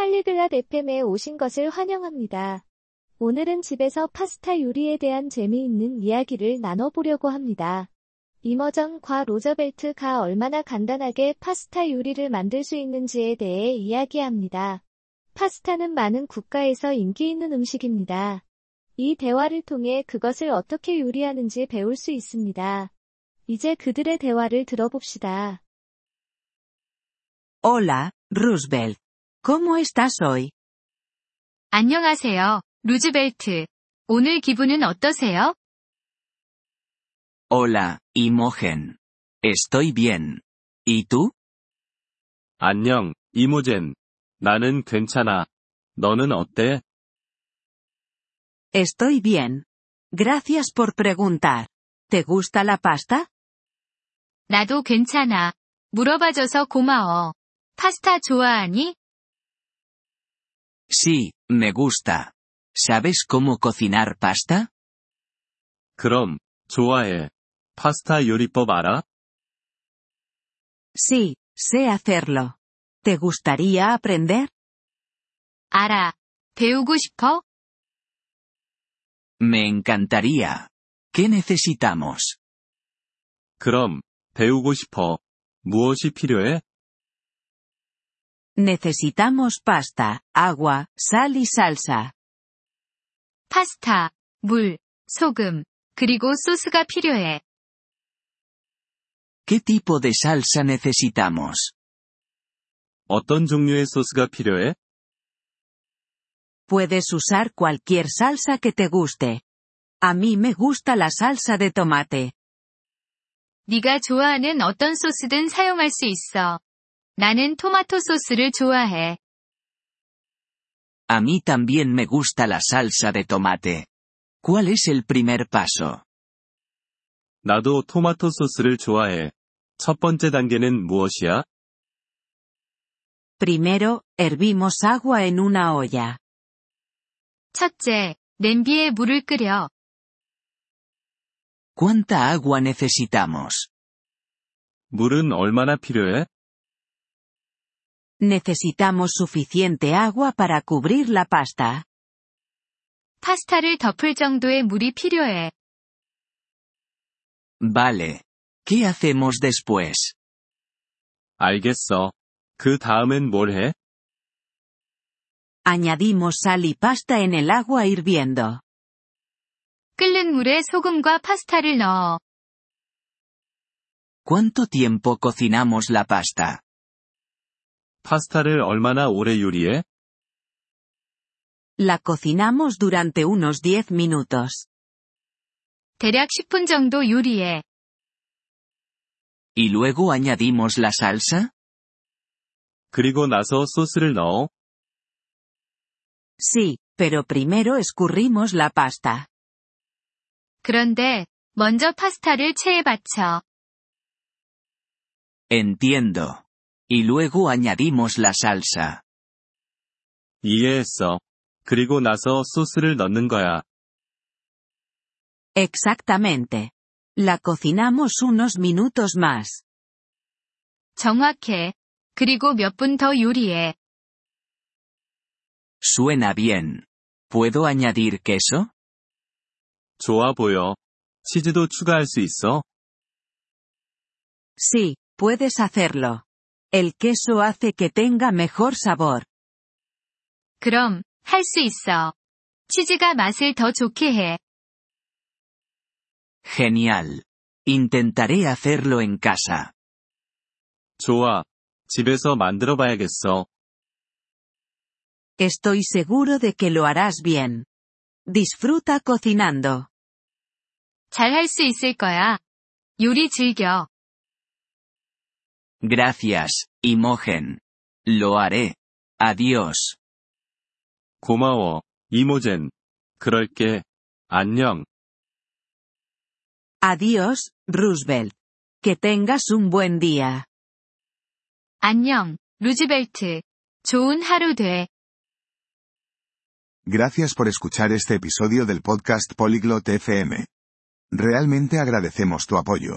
찰리글랏 FM에 오신 것을 환영합니다. 오늘은 집에서 파스타 요리에 대한 재미있는 이야기를 나눠보려고 합니다. 이머전과 로저벨트가 얼마나 간단하게 파스타 요리를 만들 수 있는지에 대해 이야기합니다. 파스타는 많은 국가에서 인기 있는 음식입니다. 이 대화를 통해 그것을 어떻게 요리하는지 배울 수 있습니다. 이제 그들의 대화를 들어봅시다. Hola, Roosevelt. ¿Cómo estás hoy? 안녕하세요, 루즈벨트. 오늘 기분은 어떠세요? Hola, Imogen. Estoy bien. ¿Y tú? 안녕, 이모젠. 나는 괜찮아. 너는 어때? Estoy bien. Gracias por preguntar. ¿Te gusta la pasta? 나도 괜찮아. 물어봐줘서 고마워. 파스타 좋아하니? Sí, me gusta. ¿Sabes cómo cocinar pasta? 그럼, 좋아해. 파스타 요리법 알아? Sí, sé hacerlo. ¿Te gustaría aprender? 알아. 배우고 싶어? Me encantaría. ¿Qué necesitamos? 그럼, 배우고 싶어. 무엇이 필요해? Necesitamos pasta, agua, sal y salsa. 파스타, 물, 소금, 그리고 소스가 필요해. ¿Qué tipo de salsa necesitamos? 어떤 종류의 소스가 필요해? Puedes usar cualquier salsa que te guste. A mí me gusta la salsa de tomate. 네가 좋아하는 어떤 소스든 사용할 수 있어. 나는 토마토 소스를 좋아해. A mí también me gusta la salsa de tomate. ¿Cuál es el primer paso? 나도 토마토 소스를 좋아해. 첫 번째 단계는 무엇이야? Primero, hervimos agua en una olla. 첫째, 냄비에 물을 끓여. ¿Cuánta agua necesitamos? 물은 얼마나 필요해? Necesitamos suficiente agua para cubrir la pasta. 파스타를 덮을 정도의 물이 필요해. Vale. ¿Qué hacemos después? 알겠어. 그 다음엔 뭘 해? Añadimos sal y pasta en el agua hirviendo. 끓는 물에 소금과 파스타를 넣어. ¿Cuánto tiempo cocinamos la pasta? 파스타를 얼마나 오래 요리해? La cocinamos durante unos 10 minutos. 대략 10분 정도 요리해. ¿Y luego añadimos la salsa? 그리고 나서 소스를 넣어. Sí, pero primero escurrimos la pasta. 그런데, 먼저 파스타를 체에 받쳐. Entiendo. Y luego añadimos la salsa. 이해했어. 그리고 나서 소스를 넣는 거야. Exactamente. La cocinamos unos minutos más. 정확해. 그리고 몇 분 더 요리해. Suena bien. ¿Puedo añadir queso? 좋아 보여. 치즈도 추가할 수 있어? Sí, puedes hacerlo. El queso hace que tenga mejor sabor. 그럼, 할 수 있어. 치즈가 맛을 더 좋게 해. Genial. Intentaré hacerlo en casa. 좋아. 집에서 만들어 봐야겠어. Estoy seguro de que lo harás bien. Disfruta cocinando. 잘 할 수 있을 거야. 요리 즐겨. Gracias, Imogen. Lo haré. Adiós. 고마워. 이모젠. 그럴게. 안녕. Adiós, Roosevelt. Que tengas un buen día. 안녕, 루즈벨트. 좋은 하루 돼. Gracias por escuchar este episodio del podcast Polyglot FM. Realmente agradecemos tu apoyo.